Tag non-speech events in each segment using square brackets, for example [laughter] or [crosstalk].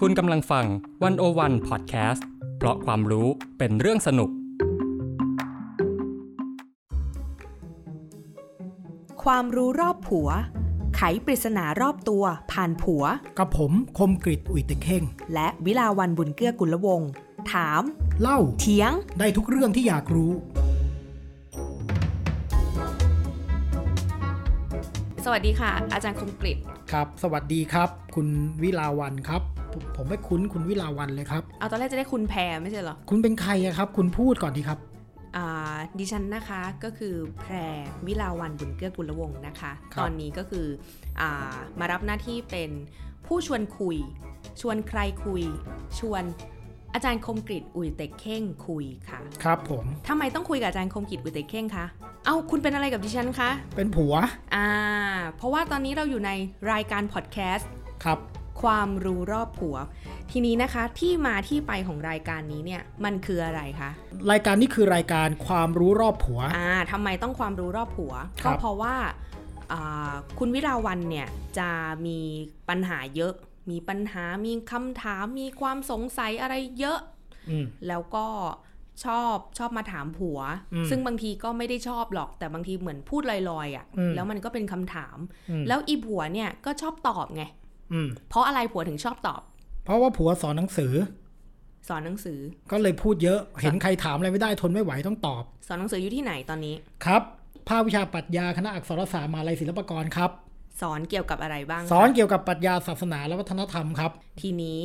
คุณกำลังฟังวันโอวันพอดแคสต์เพราะความรู้เป็นเรื่องสนุก ความรู้รอบผัว ไขปริศนารอบตัว ผ่านผัว กับผมคมกริตอุ่ยเต็กเข่ง และวิลาวันบุญเกื้อกุลวงศ์ถาม เล่า เถียง ได้ทุกเรื่องที่อยากรู้ สวัสดีค่ะ อาจารย์คมกริต ครับ สวัสดีครับ คุณวิลาวันครับผมผมไม่คุ้นคุณวิลาวันเลยครับ เอาตอนแรกจะได้คุณแพรไม่ใช่เหรอ คุณเป็นใครอะครับ คุณพูดก่อนดีครับ อ่าดิฉันนะคะก็คือแพรวิลาวันบุญเกื้อกุลวงศ์นะคะ ครับ ตอนนี้ก็คืออ่ามารับหน้าที่เป็นผู้ชวนคุย ชวนใครคุย ชวนอาจารย์คมกริตอุ่ยเต็กเข่งคุยค่ะ ครับผม ทำไมต้องคุยกับอาจารย์คมกริตอุ่ยเต็กเข่งคะเอ้าคุณเป็นอะไรกับดิฉันคะ เป็นผัว อ่าเพราะว่าตอนนี้เราอยู่ในรายการพอดแคสต์ ครับ ความรู้รอบผัว ทีนี้นะคะที่มาที่ไปของรายการนี้เนี่ยมันคืออะไรคะ รายการนี้คือรายการความรู้รอบผัว อ่าทำไมต้องความรู้รอบผัว ครั ก็ บ เพราะว่าอ่าคุณวิลาวันเนี่ยจะมีปัญหาเยอะ มีปัญหามีคำถาม มีความสงสัยอะไรเยอะ อืม แล้วก็ชอบชอบมาถามผัว อืม ซึ่งบางทีก็ไม่ได้ชอบหรอก แต่บางทีเหมือนพูดลอยๆอะ่ะ อืม แล้วมันก็เป็นคำถาม อืม แล้วอีผัวเนี่ยก็ชอบตอบไง อืม เพราะอะไรผัวถึงชอบตอบ เพราะว่าผัวสอนหนังสือ สอนหนังสือ ก็เลยพูดเยอะ เห็นใครถามอะไรไม่ได้ทนไม่ไหวต้องตอบ สอนหนังสืออยู่ที่ไหนตอนนี้ ครับ ภาควิชาปรัชญาคณะอักษรศาสตร์มหาลัยศิลปากรครับ สอนเกี่ยวกับอะไรบ้างคะ สอนเกี่ยวกับปรัชญาศาสนาและวัฒนธรรมครับ ทีนี้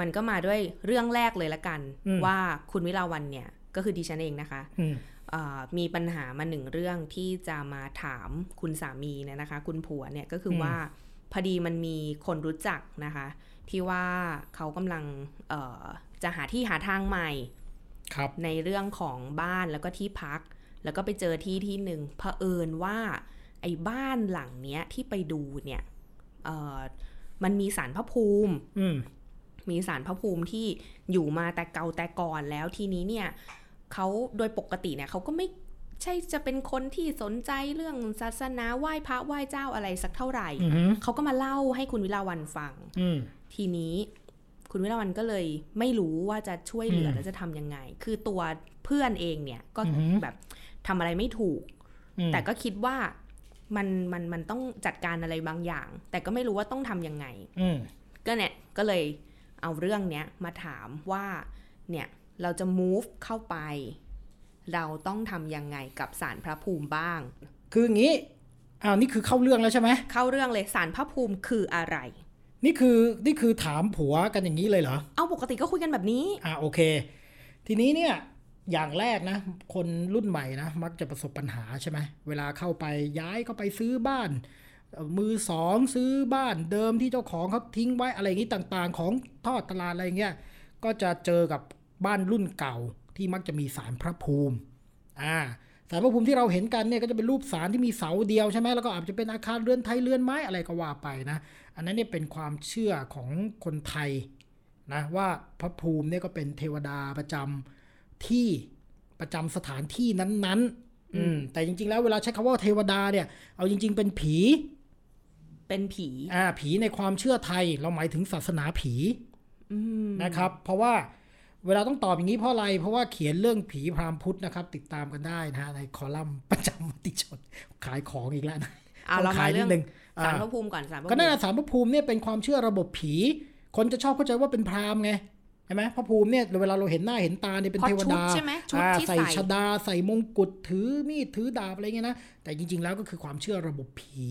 มันก็มาด้วยเรื่องแรกเลยละกัน อืม ว่าคุณวิลาวันเนี่ยก็คือดิฉันเองนะคะ อืม เอ่อมีปัญหามาหนึ่งเรื่องที่จะมาถามคุณสามีเนี่ยนะคะ คุณผัวเนี่ยก็คืออ ม ว่าพอดีมันมีคนรู้จักนะคะ ที่ว่าเขากำลังเอ่อจะหาที่หาทางใหม่ ครับ ในเรื่องของบ้านแล้วก็ที่พัก แล้วก็ไปเจอที่ที่หนึ่งเผอิญว่าไอ้บ้านหลังเนี้ยที่ไปดูเนี่ยเอ่อมันมีสารพระภูมิ อืม มีสารพระภูมิที่อยู่มาแต่เก่าแต่ก่อนแล้วทีนี้เนี่ยเขาโดยปกติเนี่ยเขาก็ไม่ใช่จะเป็นคนที่สนใจเรื่องศาสนาไหว้พระไหว้เจ้าอะไรสักเท่าไหร่ อือหือ เขาก็มาเล่าให้คุณวิลาวันฟัง อืม ทีนี้คุณวิลาวันก็เลยไม่รู้ว่าจะช่วยเหลือ ม และจะทำยังไง คือตัวเพื่อนเองเนี่ยก็ อือหือ แบบทำอะไรไม่ถูก อืม แต่ก็คิดว่ามันมันมันต้องจัดการอะไรบางอย่าง แต่ก็ไม่รู้ว่าต้องทำยังไง อืม ก็เนี่ยก็เลยเอาเรื่องเนี้ยมาถามว่าเนี่ยเราจะ move เข้าไป เราต้องทำยังไงกับสารพระภูมิบ้าง คืออย่างนี้ อ้าว นี่คือเข้าเรื่องแล้วใช่ไหม เข้าเรื่องเลยสารพระภูมิคืออะไร นี่คือ นี่คือถามผัวกันอย่างนี้เลยเหรอ เอาปกติก็คุยกันแบบนี้ อ่าโอเค ทีนี้เนี่ย อย่างแรกนะ คนรุ่นใหม่นะ มักจะประสบปัญหาใช่ไหม เวลาเข้าไปย้ายเข้าไปซื้อบ้านเอ่อมือสองซื้อบ้านเดิมที่เจ้าของเขาทิ้งไว้อะไรอย่างนี้ต่างๆ ของทอดตลาดอะไรอย่างเงี้ย ก็จะเจอกับบ้านรุ่นเก่าที่มักจะมีสารพระภูมิ อ่าสารพระภูมิที่เราเห็นกันเนี่ยก็จะเป็นรูปสารที่มีเสาเดียวใช่ไหมแล้วก็อาจจะเป็นอาคารเรือนไทยเรือนไม้อะไรก็ว่าไปนะ อันนั้นเนี่ยเป็นความเชื่อของคนไทยนะว่าพระภูมิเนี่ยก็เป็นเทวดาประจำที่ประจำสถานที่นั้นๆอืมแต่จริงๆแล้วเวลาใช้คำว่าเทวดาเนี่ย เอาจริง ๆ เป็นผี เป็นผี อ่าผีในความเชื่อไทยเราหมายถึงศาสนาผี อืม นะครับ เพราะว่าเวลาต้องตอบอย่างนี้เพราะอะไร เพราะว่าเขียนเรื่องผีพราหมณ์พุทธนะครับ ติดตามกันได้นะฮะในคอลัมน์ประจำมติชน ขายของอีกแล้วนะ อ่ะ ต้ เรา อง มา ขายนิ เรื่ ด อง นึงอ่า สารพระภูมิก่อนสารพระภู ก็ มิ นั่นแหละสารพระภูมิเนี่ยเป็นความเชื่อระบบผี คนจะชอบเข้าใจว่าเป็นพราหมณ์ไงใช่ไหมพระภูมิเนี่ยเวลาเราเห็นหน้าเห็นตาเนี่ยเป็น พอ เทว ชุด ดา ใช่ไหมชุด อ่า ที่ ใส่ ใส่ ชดาใส่มงกุฎถือมีดถือดาบอะไรเงี้ยนะแต่จริง ๆ แล้วก็คือความเชื่อระบบผี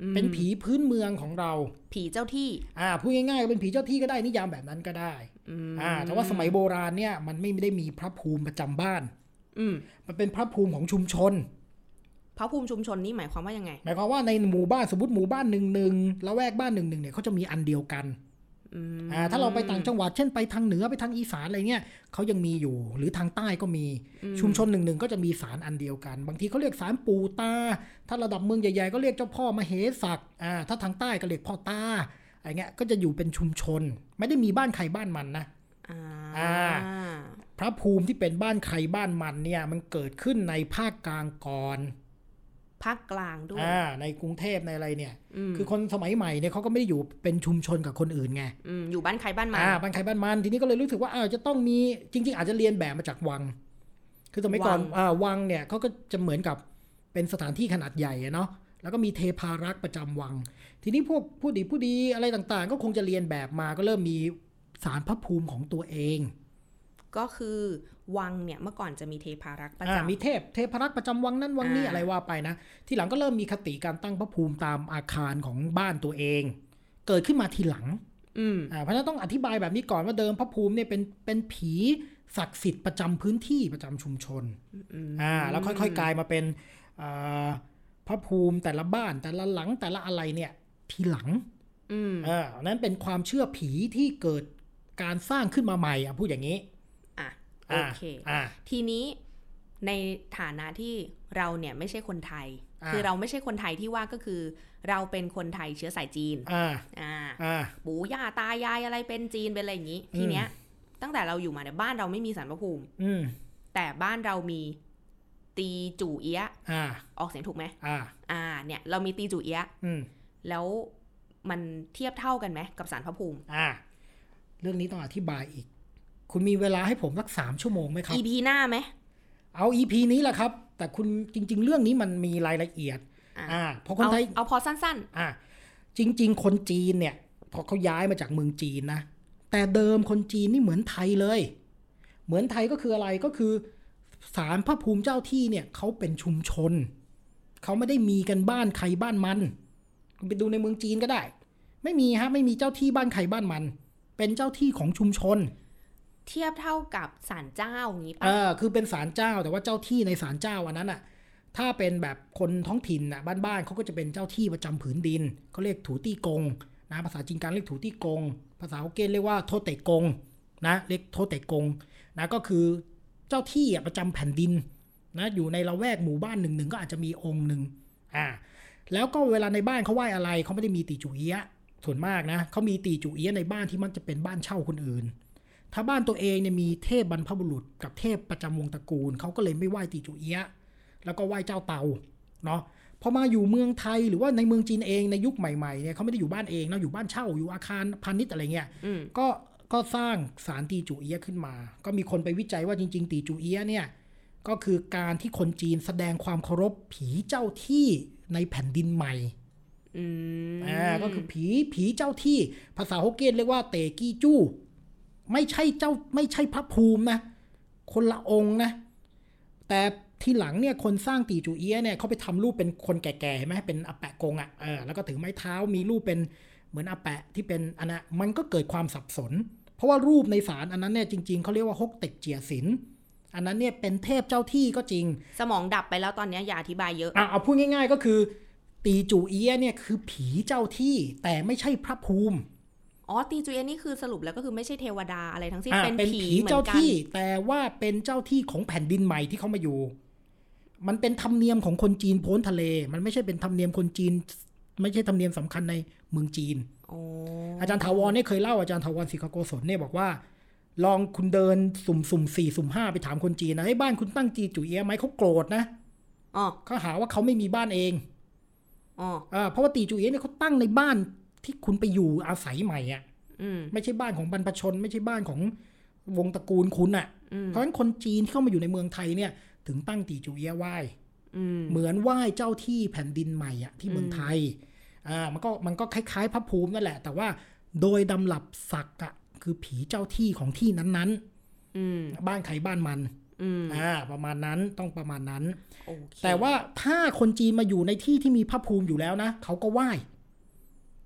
อืม เป็นผีพื้นเมืองของเรา ผีเจ้าที่ อ่าพูดง่ายๆก็เป็นผีเจ้าที่ก็ได้นิยามแบบนั้นก็ได้ อืม อ่าแต่ว่าสมัยโบราณเนี่ยมันไม่ได้มีพระภูมิประจำบ้าน อืม มันเป็นพระภูมิของชุมชน พระภูมิชุมชนนี่หมายความว่ายังไง หมายความว่าในหมู่บ้านสมมติหมู่บ้านหนึ่งหนึ่งละแวกบ้านหนึ่งหนึ่งเนี่ยเขาจะมีอันเดียวกัน อืม อ่าถ้าเราไปต่างจังหวัดเช่นไปทางเหนือไปทางอีสานอะไรเงี้ยเขายังมีอยู่ หรือทางใต้ก็มีชุมชนหนึ่งหนึ่งก็จะมีสารอันเดียวกัน บางทีเขาเรียกสารปู่ตา ถ้าระดับเมืองใหญ่ๆก็เรียกเจ้าพ่อมเหสักอ่าถ้าทางใต้ก็เรียกพ่อตาอะไรเงี้ยก็จะอยู่เป็นชุมชน ไม่ได้มีบ้านใครบ้านมันนะ อ่า อ่า พระภูมิที่เป็นบ้านใครบ้านมันเนี่ยมันเกิดขึ้นในภาคกลางก่อน ภาคกลางด้วย อ่าในกรุงเทพในอะไรเนี่ย อืม คือคนสมัยใหม่เนี่ยเขาก็ไม่ได้อยู่เป็นชุมชนกับคนอื่นไง อืมอยู่บ้านใครบ้านมัน อ่าบ้านใครบ้านมันทีนี้ก็เลยรู้สึกว่าอ้าวจะต้องมีจริง ๆ อาจจะเรียนแบบมาจากวัง คือสมัยก่อน วัง อ่าวังเนี่ยเขาก็จะเหมือนกับเป็นสถานที่ขนาดใหญ่อะเนาะแล้วก็มีเทพารักษ์ประจำวัง ทีนี้พวกผู้ดีผู้ดีอะไรต่างๆ ก็คงจะเรียนแบบมาก็เริ่มมีสารพระภูมิของตัวเอง ก็คือวังเนี่ยเมื่อก่อนจะมีเทพารักษ์ประ อ่า จำ มีเทพเทพารักษ์ประจำวังนั่นวังนี่ อ่า อะไรว่าไปนะทีหลังก็เริ่มมีคติการตั้งพระภูมิตามอาคารของบ้านตัวเอง เกิดขึ้นมาทีหลัง อืม อ่าเพราะฉะนั้นต้องอธิบายแบบนี้ก่อนว่าเดิมพระภูมิเนี่ยเป็นเป็นผีศักดิ์สิทธิ์ประจำพื้นที่ประจำชุมชนอ่าแล้วค่อยๆกลายมาเป็นอ่าพระภูมิแต่ละบ้านแต่ละหลังแต่ละอะไรเนี่ยทีหลัง อืม อ่านั้นเป็นความเชื่อผีที่เกิดการสร้างขึ้นมาใหม่อ่ะพูดอย่างนี้ อ่ะ โอ อ่า เค อ่า ทีนี้ในฐานะที่เราเนี่ยไม่ใช่คนไทย อ่า คือเราไม่ใช่คนไทยที่ว่าก็คือ เราเป็นคนไทยเชื้อสายจีน อ่า อ่า อ่า ปู่ย่าตายายอะไรเป็นจีนเป็นอะไรอย่างนี้ ทีเนี้ย ตั้งแต่เราอยู่มาเนี่ยบ้านเราไม่มีสารพระภูมิ อืม แต่บ้านเรามีตีจู่เอี้ยะ อ่า ออกเสียงถูกไหม อ่า อ่า เนี่ย เรามีตีจู่เอี้ยะ อืม แล้วมันเทียบเท่ากันไหมกับสารพระภูมิ อ่า เรื่องนี้ต้องอธิบายอีก คุณมีเวลาให้ผมสักสามชั่วโมงไหมครับ EP หน้าไหม เอา EP นี้แหละครับ แต่คุณจริง ๆ เรื่องนี้มันมีรายละเอียด อ่ะ อ่าเพราะคนไทย เอาเอาพอสั้น อ่าจริง ๆ คนจีนเนี่ยพอเขาย้ายมาจากเมืองจีนนะ แต่เดิมคนจีนนี่เหมือนไทยเลย เหมือนไทยก็คืออะไรก็คือศาลพระภูมิเจ้าที่เนี่ยเขาเป็นชุมชน เขาไม่ได้มีกันบ้านใครบ้านมันคุณไปดูในเมืองจีนก็ได้ ไม่มีฮะไม่มีเจ้าที่บ้านใครบ้านมัน เป็นเจ้าที่ของชุมชน ๆ เทียบเท่ากับสารเจ้าอย่างนี้ เอ ปะ อคือเป็นศาลเจ้าแต่ว่าเจ้าที่ในศาลเจ้าอันนั้นอ่ะ ถ้าเป็นแบบคนท้องถิ่นน่ะบ้านๆเขาก็จะเป็นเจ้าที่ประจำผืนดินเขาเรียกถูตี้กงนะภาษาจีนกลางเรียกถูตี้กง ภาษาฮกเกี้ยนเรียกว่าโทเตกงนะเรียกโทเตกงนะก็คือเจ้าที่อ่ะประจำแผ่นดินนะอยู่ในละแวกหมู่บ้านหนึ่งหนึ่งก็อาจจะมีองค์หนึ่งอ่าแล้วก็เวลาในบ้านเขาไหว้อะไรเขาไม่ได้มีตีจุเอียะส่วนมากนะเขามีตีจุเอียะในบ้านที่มักจะเป็นบ้านเช่าคนอื่น ถ้าบ้านตัวเองเนี่ยมีเทพบรรพบุรุษกับเทพประจำวงตระกูลเขาก็เลยไม่ไหว้ตีจูเอียะแล้วก็ไหว้เจ้าเตาเนาะพอมาอยู่เมืองไทยหรือว่าในเมืองจีนเองในยุคใหม่ๆเนี่ยเขาไม่ได้อยู่บ้านเองนะอยู่บ้านเช่าอยู่อาคารพาณิชย์อะไรเงี้ย อืม ก็ก็สร้างสารตีจูเอียะขึ้นมา ก็มีคนไปวิจัยว่าจริง ๆ ตีจูเอียะเนี่ยก็คือการที่คนจีนแสดงความเคารพผีเจ้าที่ในแผ่นดินใหม่ อืม อ่าก็คือผีผีเจ้าที่ภาษาฮกเกี้ยนเรียกว่าเตกี้จู้ไม่ใช่เจ้าไม่ใช่พระภูมินะ คนละองค์นะ แต่ทีหลังเนี่ยคนสร้างตีจูเอียะเนี่ยเขาไปทำรูปเป็นคนแก่ๆเห็นไหมเป็นอาแปะกงอะ่ะเออแล้วก็ถือไม้เท้ามีรูปเป็นเหมือนอาแปะที่เป็นอันนะมันก็เกิดความสับสน เพราะว่ารูปในศาลอันนั้นเนี่ยจริงๆเขาเรียกว่าฮกเต็กเจียศิลอันนั้นเนี่ยเป็นเทพเจ้าที่ก็จริง สมองดับไปแล้วตอนเนี้ยอย่าอธิบายเยอะ อ่ะเอาพูดง่ายๆก็คือ ตีจูเอียะเนี่ยคือผีเจ้าที่แต่ไม่ใช่พระภูมิ อ๋อตีจูเอียะนี่คือสรุปแล้วก็คือไม่ใช่เทวดาอะไรทั้งสิ้น อ่ะ เป็น เป็น ผี ผี เหมือ เจ้าน กัน ที่ แต่ว่าเป็นเจ้าที่ของแผ่นดินใหม่ที่เขามาอยู่ มันเป็นธรรมเนียมของคนจีนโพ้นทะเล มันไม่ใช่เป็นธรรมเนียมคนจีน ไม่ใช่ธรรมเนียมสำคัญในเมืองจีน โอ้ อาจารย์ถาวรเนี่ยเคยเล่าอาจารย์ถาวรศิขโกศลเนี่ยบอกว่า ลองคุณเดินสุ่มสุ่มสี่สุ่มห้าไปถามคนจีนนะเฮ้ยบ้านคุณตั้งจีจูเอียะไหมเขาโกรธนะ อ๋อ เขาหาว่าเขาไม่มีบ้านเอง อ๋อ อ่าเพราะว่าตีจูเอียะเนี่ยเขาตั้งในบ้านที่คุณไปอยู่อาศัยใหม่อ่ะ อืม ไม่ใช่บ้านของบรรพชน ไม่ใช่บ้านของวงตระกูลคุณอ่ะ อืม เพราะฉะนั้นคนจีนที่เข้ามาอยู่ในเมืองไทยเนี่ย ถึงตั้งตีจูเอียะไหว้ อืม เหมือนไหว้เจ้าที่แผ่นดินใหม่อ่ะที่เมืองไทยอ่ามันก็มันก็คล้ายๆพระภูมินั่นแหละ แต่ว่าโดยดำหลับศักดิ์อ่ะคือผีเจ้าที่ของที่นั้น อืม ๆ บ้านใครบ้านมัน อืม อ่าประมาณนั้นต้องประมาณนั้น โอเค แต่ว่าถ้าคนจีนมาอยู่ในที่ที่มีพระภูมิอยู่แล้วนะเขาก็ไหว้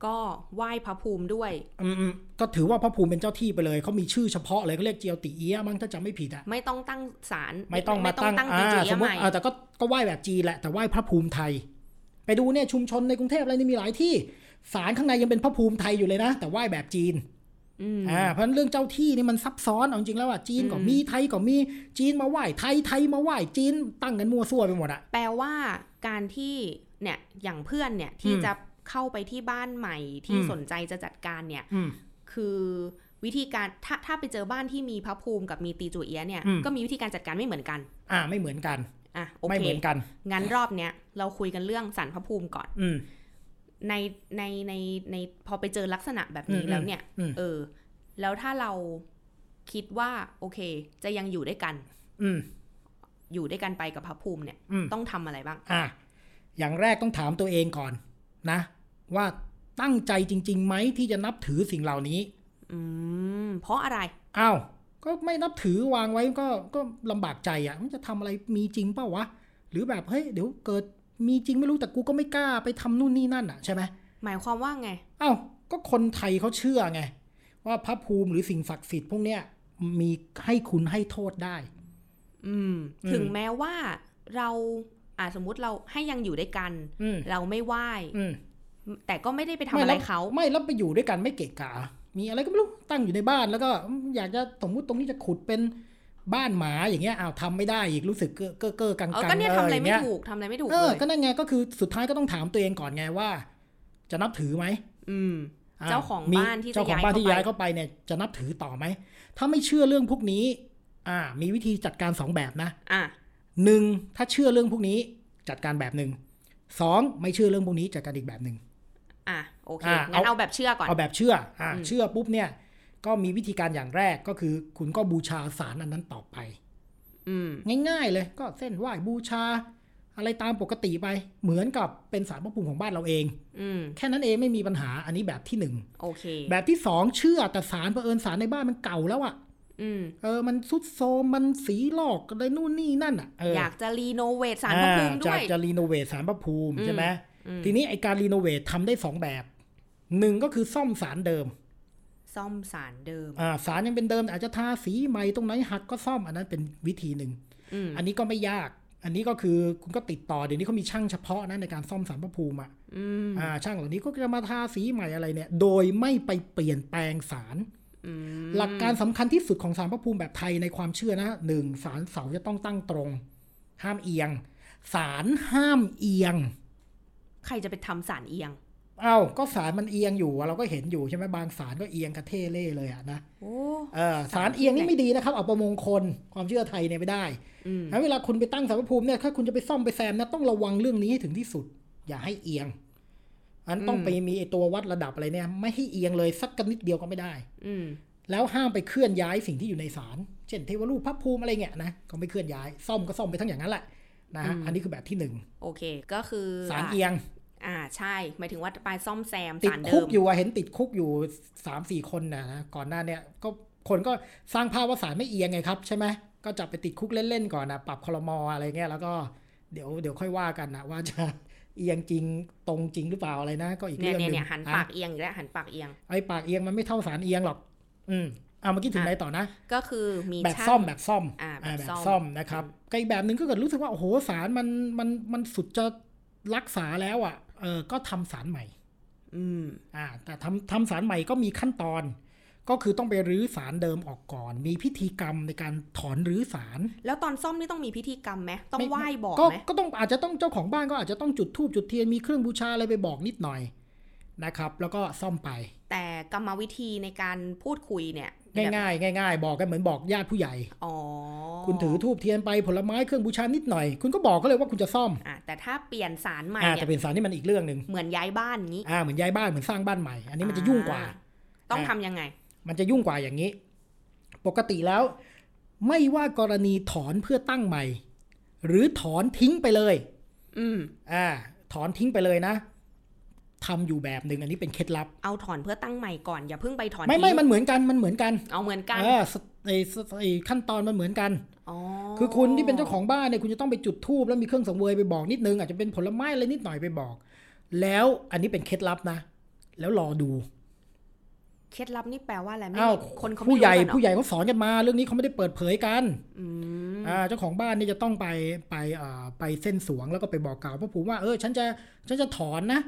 ก็ไหว้พระภูมิด้วย อืมๆก็ถือว่าพระภูมิเป็นเจ้าที่ไปเลยเขามีชื่อเฉพาะเลยเขาเรียกเจียวติเอียะมั้งถ้าจำไม่ผิดอะ ไม่ต้องตั้งศาล ไม่ต้องมา ไม่ต้ ตั้ อง ง ตั้งตีจูอ่าเอี ส ยะ มม ให ติ ม่ อ่าแต่ก็ก็ไหว้แบบจีนแหละแต่ไหว้พระภูมิไทย ไปดูเนี่ยชุมชนในกรุงเทพอะไรนี่มีหลายที่ศาลข้างในยังเป็นพระภูมิไทยอยู่เลยนะ แต่ไหว้แบบจีน อืม อ่าเพราะฉะนั้นเรื่องเจ้าที่นี่มันซับซ้อนเอาจริงแล้วอ่ะจีนก็ อืม มีไทยก็มีจีนมาไหว้ไทยไทยมาไหว้จีนตั้งกันมั่วซั่วไปหมดอะ แปลว่าการที่เนี่ยอย่างเพื่อนเนี่ยที่ อืม จะเข้าไปที่บ้านใหม่ที่ อืม สนใจจะจัดการเนี่ย อืม คือวิธีการถ้าถ้าไปเจอบ้านที่มีพระภูมิกับมีตีจูเอียะเนี่ย อืม ก็มีวิธีการจัดการไม่เหมือนกัน อ่าไม่เหมือนกัน อ่ะโอ ไม่ เค เหมือนกัน งั้นรอบเนี้ยเราคุยกันเรื่องสารพระภูมิก่อน อืม ในในในในพอไปเจอลักษณะแบบ อื นี้ ม แล้วเนี่ย อืม เออ แล้วถ้าเราคิดว่า โอเค จะยังอยู่ด้วยกัน อืม อยู่ด้วยกันไปกับพระภูมิเนี่ย อืม ต้องทำอะไรบ้าง อ่ะอย่างแรกต้องถามตัวเองก่อนนะ ว่าตั้งใจจริงๆไหมที่จะนับถือสิ่งเหล่านี้ อืม เพราะอะไร อ้าวก็ไม่นับถือวางไว้ก็ก็ลำบากใจอะ่ะ มันจะทำอะไรมีจริงเปล่าวะ หรือแบบเฮ้ยเดี๋ยวเกิดมีจริงไม่รู้แต่กูก็ไม่กล้าไปทำนู่นนี่นั่นอะ่ะใช่ไหม หมายความว่าไง อ้าวก็คนไทยเขาเชื่อไง ว่าพระภูมิหรือสิ่งศักดิ์สิทธิ์พวกเนี้ยมีให้คุณให้โทษได้ อืม อืม ถึงแม้ว่าเราอ่าสมมุติเราให้ยังอยู่ด้วยกัน อืม เราไม่ไหว้ อืม แต่ก็ไม่ได้ไปทำอะไร แล้ว เขา ไม่แล้วไปอยู่ด้วยกันไม่เกะกะมีอะไรก็ไม่รู้ตั้งอยู่ในบ้านแล้วก็อืมอยากจะสมมติตรงนี้จะขุดเป็นบ้านหมาอย่างเงี้ยอ้าวทำไม่ได้อีกรู้สึกเก้อเก้อเก้อกัง เออ กัง ก็เนี่ยทำอะไร าง ไม่ งี้ ถูกทำอะไรไม่ถูก เอ เล อย ก็นั่นไงก็คือสุดท้ายก็ต้องถามตัวเองก่อนไงว่า จะนับถือไหม อืม อ่ะ เจ้าของ มี บ้านที่จะ เจ้าของบ้านที่ ย้าย ย้ายเข้าไปเนี่ยจะนับถือต่อไหม ถ้าไม่เชื่อเรื่องพวกนี้ อ่า มีวิธีจัดการสองแบบนะ อ่ะ หนึ่งถ้าเชื่อเรื่องพวกนี้จัดการแบบหนึ่งสองไม่เชื่อเรื่องพวกนี้จัดการอีกแบบหนึ่ง อ่ะ โอเค อ่ะ งั้น เอา เอาแบบเชื่อก่อน เอาแบบเชื่ออ่า อืม เชื่อปุ๊บเนี่ย ก็มีวิธีการอย่างแรกก็คือ คุณก็บูชาสารอันนั้นต่อไป อืม ง่าย ๆ เลยก็เส้นไหว้บูชา อะไรตามปกติไป เหมือนกับเป็นสารพระภูมิของบ้านเราเอง อืม แค่นั้นเองไม่มีปัญหาอันนี้แบบที่หนึ่ง โอเค แบบที่สองเชื่อแต่สารเผอิญสารในบ้านมันเก่าแล้วอะ่ะ อืม เออมันสุดโทรมมันสีลอกอะไรนู่นนี่นั่นอะเอออยอากจะรีโนเวทสารพระภูมิด้ อ่า วย จะจะรีโนเวทสารพระภูมิ อืม ใช่ไหม อืม ทีนี้ไอการรีโนเวททำได้สองแบบหนึ่งก็คือซ่อมสารเดิม ซ่อมสารเดิม อ่าสารยังเป็นเดิมแต่อาจจะทาสีใหม่ตรงไหนหักก็ซ่อมอันนั้นเป็นวิธีหนึ่ง อืม อันนี้ก็ไม่ยาก อันนี้ก็คือคุณก็ติดต่อเดี๋ยวนี้เขามีช่างเฉพาะนะในการซ่อมสารพระภูมิอะ อืม อ่าช่างเหล่านี้ก็จะมาทาสีใหม่อะไรเนี่ย โดยไม่ไปเปลี่ยนแปลงสาร อืม หลักการสำคัญที่สุดของสารพระภูมิแบบไทยในความเชื่อนะหนึ่งสารเสาจะต้องตั้งตรง ห้ามเอียง สารห้ามเอียง ใครจะไปทำสารเอียง เอ้าก็สารมันเอียงอยู่อะเราก็เห็นอยู่ใช่ไหมบางสารก็เอียงกระเทเล่เลยอะนะ โอ้ เออสารเอียงนี่ไม่ดีนะครับเอาประมงคลความเชื่อไทยเนี่ยไม่ได้ อืม แล้วเวลาคุณไปตั้งสารพระภูมิเนี่ยถ้าคุณจะไปซ่อมไปแซมนะต้องระวังเรื่องนี้ให้ถึงที่สุด อย่าให้เอียงอันต้องไปมีไอตัววัดระดับอะไรเนี่ย ไม่ให้เอียงเลยสักกระนิดเดียวก็ไม่ได้ อืม แล้วห้ามไปเคลื่อนย้ายสิ่งที่อยู่ในศาล เช่นเทวรูปพระภูมิอะไรเงี้ยนะ ก็ไม่เคลื่อนย้าย ซ่อมก็ซ่อมไปทั้งอย่างนั้นแหละนะฮะ อืม อันนี้คือแบบที่หนึ่ง โอเค ก็คือ ศาลเอียง อ่า ใช่ หมายถึงว่าไปซ่อมแซม ติด สารเดิ คุก ม อยู่อะเห็นติดคุกอยู่สามสี่คนนะนะ ก่อนหน้าเนี่ยก็คนก็สร้างภาพว่าศาลไม่เอียงไงครับใช่ไหม ก็จับไปติดคุกเล่นๆก่อนนะปรับคลมออะไรเงี้ยแล้วก็เดี๋ยวเดี๋ยวค่อยว่ากันนะว่าจะเอียงจริงตรงจริงหรือเปล่าอะไรนะ ก็อีก เนี่ย เรื่องห เนี่ย นึ่ง เนี่ยหันปาก อ่ะ เอียงอีกแล้วหันปากเอียง ไอ้ปากเอียงมันไม่เท่าศาลเอียงหรอก อืมเอาเมื่อกี้ถึง อ่ะ ไหนต่อนะ ก็คือมี แบบ ช่าง ซ่อมแบบซ่อม อ่า อ่า แบ แบบ บ ซ่อม ซ่อมนะครับ อืม ก็อีกแบบหนึ่งก็เกิดรู้สึกว่าโอ้โหสารมันมันมันสุดจะรักษาแล้วอ่ะเออก็ทำสารใหม่ อืม อ่าแต่ทำทำสารใหม่ก็มีขั้นตอน ก็คือต้องไปรื้อสารเดิมออกก่อน มีพิธีกรรมในการถอนรื้อสาร แล้วตอนซ่อมนี่ต้องมีพิธีกรรมไหมต้องไหว้บอก ก็ ไหม ก็ต้องอาจจะต้องเจ้าของบ้านก็อาจจะต้องจุดธูปจุดเทียนมีเครื่องบูชาอะไรไปบอกนิดหน่อยนะครับ แล้วก็ซ่อมไป แต่กรรมวิธีในการพูดคุยเนี่ยแบบ ง่ายๆง่าย ๆ บอกกันเหมือนบอกญาติผู้ใหญ่ อ๋อ คุณถือธูปเทียนไปผลไม้เครื่องบูชานิดหน่อย คุณก็บอกเขาเลยว่าคุณจะซ่อม อ่ะแต่ถ้าเปลี่ยนสารใหม่ อ่า เนี่ แต่ ย เป็นสารนี่มันอีกเรื่องหนึ่ง เหมือนย้ายบ้านงี้ อ่าเหมือนย้ายบ้านเหมือนสร้างบ้านใหม่ อันนี้มันจะยุ่งกว่า อ่ต้องทำยังไง มันจะยุ่งกว่าอย่างนี้ ปกติแล้ว ไม่ว่ากรณีถอนเพื่อตั้งใหม่ หรือถอนทิ้งไปเลย อืม อ่าถอนทิ้งไปเลยนะทำอยู่แบบหนึ่งอันนี้เป็นเคล็ดลับ เอาถอนเพื่อตั้งใหม่ก่อนอย่าเพิ่งไปถอน ไม่ไม่ ทิ้ง มันเหมือนกันมันเหมือนกัน เอาเหมือนกัน เออสไอสไอขั้นตอนมันเหมือนกัน อ๋อ คือคุณที่เป็นเจ้าของบ้านเนี่ยคุณจะต้องไปจุดธูปแล้วมีเครื่องสังเวยไปบอกนิดนึงอาจจะเป็นผลไม้อะไรนิดหน่อยไปบอก แล้วอันนี้เป็นเคล็ดลับนะ แล้วรอดู เคล็ดลับนี่แปลว่าอะไรไม่ อ้าว คนเขาไม่ ผู้ใหญ่ รู้กันเรอ ผู้ใหญ่เขาสอนกันมา เรื่องนี้เขาไม่ได้เปิดเผยกัน อืม อ่าเจ้าของบ้านเนี่ยจะต้องไปไปเอ่อไปเส้นสวงแล้วก็ไปบอกกล่าวพระภูมิว่าเออฉันจะฉันจะถอนนะ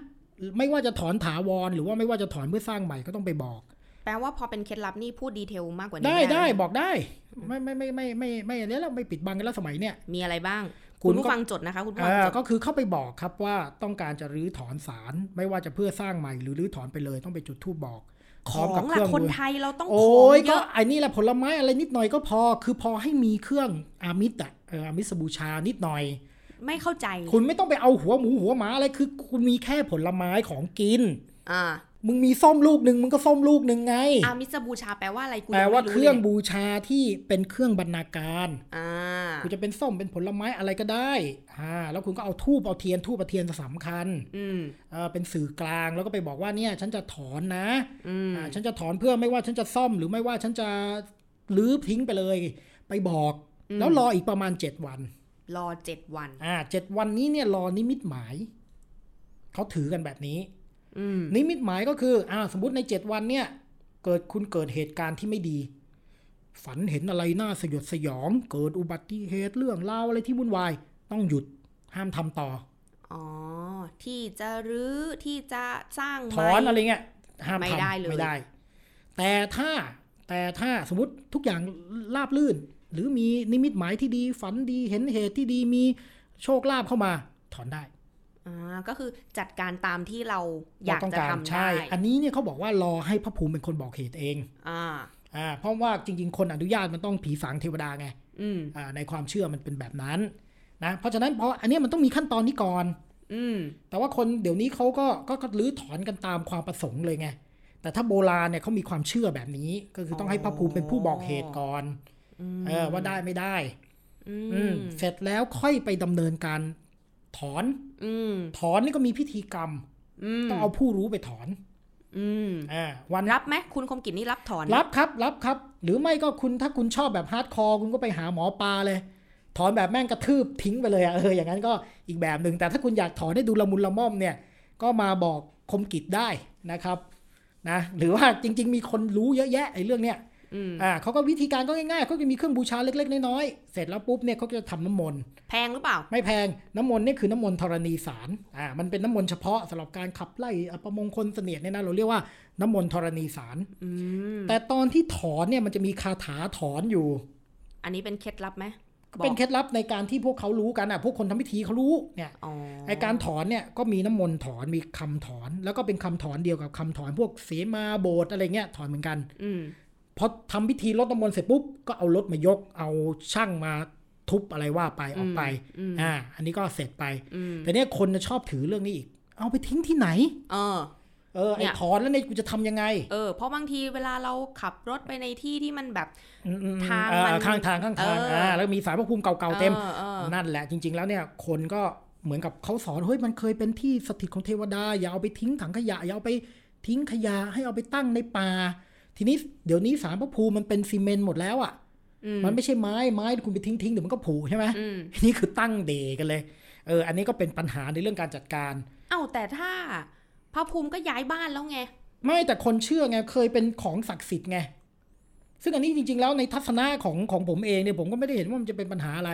ไม่ว่าจะถอนถาวรหรือว่าไม่ว่าจะถอนเพื่อสร้างใหม่ก็ต้องไปบอก แปลว่าพอเป็นเคล็ดลับนี่พูดดีเทลมากกว่านี้ ได้ หม ได้บอกได้ ไม่ไม่ไม่ไม่ไม่ไม่ไม่แล้วเราไม่ปิดบังกันแล้วสมัยเนี่ย มีอะไรบ้าง คุ คุณ ณผู้ ก็ ฟังจดนะคะ คุณผู้ฟังจอ่าด ก็คือเข้าไปบอกครับว่าต้องการจะรื้อถอนสารไม่ว่าจะเพื่อสร้างใหม่หรือรื้อถอนไปเลยต้องไปจุดธูปบอก ข พร้อ อ มกับ ง เค ล่ะ รื่อง คน มือ ไทยเราต้องข โอ้ อง ย เย ก็ อะ ไอ้นี่แหละผลไม้อะไรนิดหน่อยก็พอ คือพอให้มีเครื่องอามิตอะเอออามิสบูชานิดหน่อย ไม่เข้าใจ คุณไม่ต้องไปเอาหัวหมูหัวหมาอะไรคือคุณมีแค่ผลไม้ของกิน อ่า มึงมีส้มลูกหนึ่งมึงก็ส้มลูกหนึ่งไง อามิสบูชาแปลว่าอะไรกู แปล ยัง ว่า ไม่ เครื่อง ลย บูชาที่เป็นเครื่องบรรณาการ อ่า คุณจะเป็นส้มเป็นผลไม้อะไรก็ได้อ่าแล้วคุณก็เอาทูบเอาเทียนทูบเอาเทียนสำคัญ อืม เอ่อเป็นสื่อกลางแล้วก็ไปบอกว่าเนี่ยฉันจะถอนนะ อืม อ่าฉันจะถอนเพื่อไม่ว่าฉันจะซ่อมหรือไม่ว่าฉันจะรื้อทิ้งไปเลย ไปบอก แล้วรออีกประมาณ 7 วัน รอเจ็ดวัน อ่าเจ็ดวันนี้เนี่ยรอนิมิตหมาย เขาถือกันแบบนี้ อืม นิมิตหมายก็คืออ่าสมมติใน 7 วันเนี่ย เกิดคุณเกิดเหตุการณ์ที่ไม่ดี ฝันเห็นอะไรน่าสยดสยอง เกิดอุบัติเหตุเรื่องราวอะไรที่วุ่นวาย ต้องหยุดห้ามทำต่อ อ๋อที่จะรื้อที่จะสร้าง ถ ใหม่ อนอะไรเงี้ยห้าม ไม่ ทำ ได้เลย ไม่ได้ แต่ถ้าแต่ถ้าสมมติทุกอย่างราบลื่น หรือมีนิมิตหมายที่ดีฝันดีเห็นเหตุที่ดีมีโชคลาภเข้ามา ถอนได้ อ่าก็คือจัดการตามที่เราอยาก เรต้ง จะ ร ทำ ใช่ ได้ อันนี้เนี่ยเขาบอกว่ารอให้พระภูมิเป็นคนบอกเหตุเอง อ่า อ่าเพราะว่าจริง ๆ คนอนุญาตมันต้องผีสางเทวดาไง อืม อ่าในความเชื่อมันเป็นแบบนั้นนะเพราะฉะนั้นพออันเนี้ยมันต้องมีขั้นตอนนี้ก่อน อืม แต่ว่าคนเดี๋ยวนี้เขาก็ก็ก็รื้อถอนกันตามความประสงค์เลยไง แต่ถ้าโบราณเนี่ยเขามีความเชื่อแบบนี้ ก็คือต้องให้พระภูมิเป็นผู้บอกเหตุก่อนเออว่าได้ไม่ได้ อื อืม ม เสร็จแล้วค่อยไปดำเนินการถอน อืม ถอนนี่ก็มีพิธีกรรม อืม ต้องเอาผู้รู้ไปถอน อืม อ่าวัน รับไหมคุณคมกิจนี่รับถอนไหม รับครับรับครับ หรือไม่ก็คุณถ้าคุณชอบแบบฮาร์ดคอร์คุณก็ไปหาหมอปลาเลย ถอนแบบแม่งกระทืบทิ้งไปเลยอะ [laughs] เอออย่างนั้นก็อีกแบบหนึ่งแต่ถ้าคุณอยากถอนให้ดูละมุนละม่อมเนี่ย ก็มาบอกคมกิจได้นะครับนะหรือว่าจริง ๆ มีคนรู้เยอะแยะไอ้เรื่องเนี้ย อืม อ่าเขาก็วิธีการก็ง่ายๆเขาจะมีเครื่องบูชาเล็ก ๆ น้อยๆเสร็จแล้วปุ๊บเนี่ยเขาก็จะทำน้ำมนต์ แพงหรือเปล่า ไม่แพงน้ำมนต์เนี่ยคือน้ำมนต์ธรณีสารอ่ามันเป็นน้ำมนต์เฉพาะสำหรับการขับไล่อัปมงคลเสนียดเนี่ยนะเราเรียกว่าน้ำมนต์ธรณีสาร อืม แต่ตอนที่ถอนเนี่ยมันจะมีคาถาถอนอยู่ อันนี้เป็นเคล็ดลับไหม ก็เป็น บอก เคล็ดลับในการที่พวกเขารู้กันอ่ะพวกคนทำพิธีเขารู้เนี่ย อ๋อ ไอการถอนเนี่ยก็มีน้ำมนต์ถอนมีคำถอน แล้วก็เป็นคำถอนเดียวกับคำถอนพวกเสมาโบสถ์อะไรเงี้ยถอนเหมือนกัน อืม พอทำพิธีลดน้ำมนต์เสร็จปุ๊บก็เอารถมายก เอาช่างมาทุบอะไรว่าไปออกไป อืม อ่าอันนี้ก็เสร็จไป อืม แต่เนี่ยคนจะชอบถือเรื่องนี้อีก เอาไปทิ้งที่ไหน เออ เออไอ เนี่ย ถอนแล้วเนี่ยกูจะทำยังไง เออ เพราะบางทีเวลาเราขับรถไปในที่ที่มันแบบ อืมอืม ทาง เออ มัน ข้างทางข้างทาง เอออ่ อ่าแล้วมีสารพระภูมิเก่าๆเต็ม ออออ นั่นแหละจริง ๆ แล้วเนี่ยคนก็เหมือนกับเขาสอนเฮ้ยมันเคยเป็นที่สถิตของเทวดา อย่าเอาไปทิ้งถังขยะ อย่าเอาไปทิ้งขยะให้เอาไปตั้งในป่า ทีนี้เดี๋ยวนี้สารพระภูมิมันเป็นซีเมนต์หมดแล้วอะ่ะ อืม มันไม่ใช่ไม้ไม้คุณไปทิ้งทิ้งเดี๋ยวมันก็ผุใช่ไหม อืม นี่คือตั้งเดกันเลยเอออันนี้ก็เป็นปัญหาในเรื่องการจัดการ เอ้าแต่ถ้าพระภูมิก็ย้ายบ้านแล้วไง ไม่แต่คนเชื่อไงเคยเป็นของศักดิ์สิทธิ์ไงซึ่งอันนี้จริง ๆ แล้วในทัศนะของของผมเองเนี่ยผมก็ไม่ได้เห็นว่ามันจะเป็นปัญหาอะไร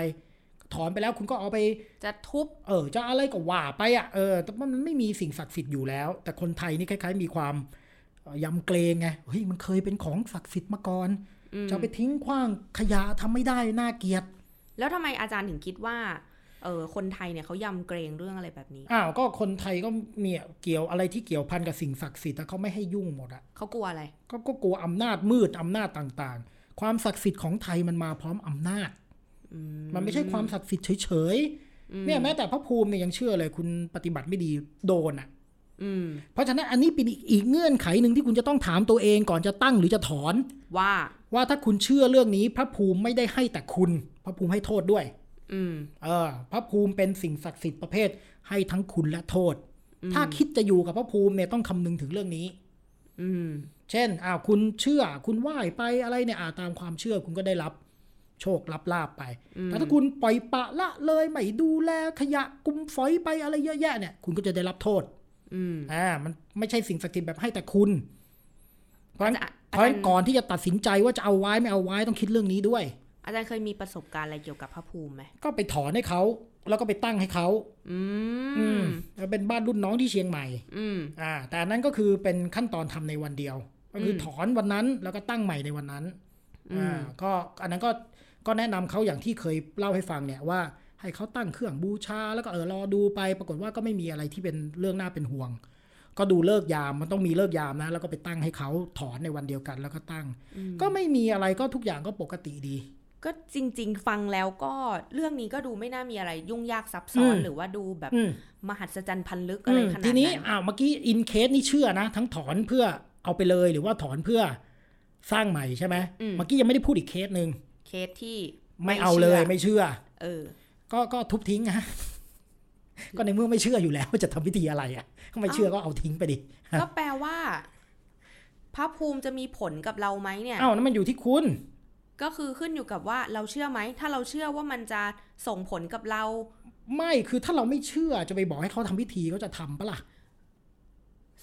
ถอนไปแล้วคุณก็เอาไป จะทุบ เออจะอะไรก็ว่าไปอ่ะเออแต่ว่ามันไม่มีสิ่งศักดิ์สิทธิ์อยู่แล้ว แต่คนไทยนี่คล้าย ๆ มีความเอ่อยำเกรงไงเฮ้ยมันเคยเป็นของศักดิ์สิทธิ์มาก่อน อืม จะเอาไปทิ้งขว้างขยะทำไม่ได้น่าเกลียด แล้วทำไมอาจารย์ถึงคิดว่า เออคนไทยเนี่ยเขายำเกรงเรื่องอะไรแบบนี้ อ้าวก็คนไทยก็มีเกี่ยวอะไรที่เกี่ยวพันกับสิ่งศักดิ์สิทธิ์แต่เขาไม่ให้ยุ่งหมดอ่ะ เขากลัวอะไร ก็ก็กลัวอำนาจมืดอำนาจต่างๆ ความศักดิ์สิทธิ์ของไทยมันมาพร้อมอำนาจ อืม มันไม่ใช่ความศักดิ์สิทธิ์เฉย อืม ๆเนี่ยแม้แต่พระภูมิเนี่ยยังเชื่อเลยคุณปฏิบัติไม่ดีโดนอ่ะ อืม เพราะฉะนั้นอันนี้เป็นอีกอีกเงื่อนไขหนึ่งที่คุณจะต้องถามตัวเองก่อนจะตั้งหรือจะถอน ว่า ว่าถ้าคุณเชื่อเรื่องนี้พระภูมิไม่ได้ให้แต่คุณ พระภูมิให้โทษด้วย อืม เออ พระภูมิเป็นสิ่งศักดิ์สิทธิ์ประเภท ให้ทั้งคุณและโทษ ถ้าคิดจะอยู่กับพระภูมิเนี่ยต้องคำนึงถึงเรื่องนี้ อืม เช่นอ้าวคุณเชื่อคุณไหว้ไปอะไรเนี่ยอาตามความเชื่อคุณก็ได้รับ โชครับลาบไป แต่ถ้าคุณปล่อยปละละเลยไม่ดูแลขยะกุมฝอยไปอะไรเยอะแยะเนี่ยคุณก็จะได้รับโทษ อืม อ่ามันไม่ใช่สิ่งศักดิ์สิทธิ์แบบให้แต่คุณ เพราะฉะนั้น อาจารย์ เพราะฉะนั้นก่อนที่จะตัดสินใจว่าจะเอาไว้ไม่เอาไว้ต้องคิดเรื่องนี้ด้วย อาจารย์เคยมีประสบการณ์อะไรเกี่ยวกับพระภูมิไหม ก็ไปถอนให้เขาแล้วก็ไปตั้งให้เขา อื อื ม มแล้วเป็นบ้านรุ่นน้องที่เชียงใหม่ อืม อ่าแต่อันนั้นก็คือเป็นขั้นตอนทำในวันเดียว ก็คืออ ม ถอนวันนั้นแล้วก็ตั้งใหม่ในวันนั้น อืม อ่าก็อันนั้นก็ก็แนะนำเขาอย่างที่เคยเล่าให้ฟังเนี่ยว่า ให้เขาตั้งเครื่องบูชาแล้วก็เออรอดูไป ปรากฏว่าก็ไม่มีอะไรที่เป็นเรื่องน่าเป็นห่วง ก็ดูเลิกษ์ยามมันต้องมีเลิกษ์ยามนะ แล้วก็ไปตั้งให้เขาถอนในวันเดียวกันแล้วก็ตั้ง อืม ก็ไม่มีอะไรก็ทุกอย่างก็ปกติดี ก็จริง ๆ ฟังแล้วก็เรื่องนี้ก็ดูไม่น่ามีอะไรยุ่งยากซับซ้อน อืม หรือว่าดูแบบ อืม มหัศจรรย์พันลึกอะไร ม ขนาด ทีนี้ นั้น อ้าวเมื่อกี้อินเคสนี่เชื่อนะ ทั้งถอนเพื่อเอาไปเลยหรือว่าถอนเพื่อสร้างใหม่ใช่ไหมเมื่อกี้ยังไม่ได้พูดอีกเคสหนึ่ง เคสที่ ไม่เอาเลย ชื่ ไม่เชื่อ เออ ก็ก็ทุบทิ้งฮะ [laughs] ก็ในเมื่อไม่เชื่ออยู่แล้วจะทำพิธีอะไรอ่ะไม่เชื่อก็เอาทิ้งไปดิ ก็แปลว่าพระภูมิจะมีผลกับเราไหมเนี่ย เอ้านั่นมันอยู่ที่คุณ ก็คือขึ้นอยู่กับว่าเราเชื่อไหม ถ้าเราเชื่อว่ามันจะส่งผลกับเรา ไม่คือถ้าเราไม่เชื่อจะไปบอกให้เขาทำพิธีเขาจะทำปะล่ะ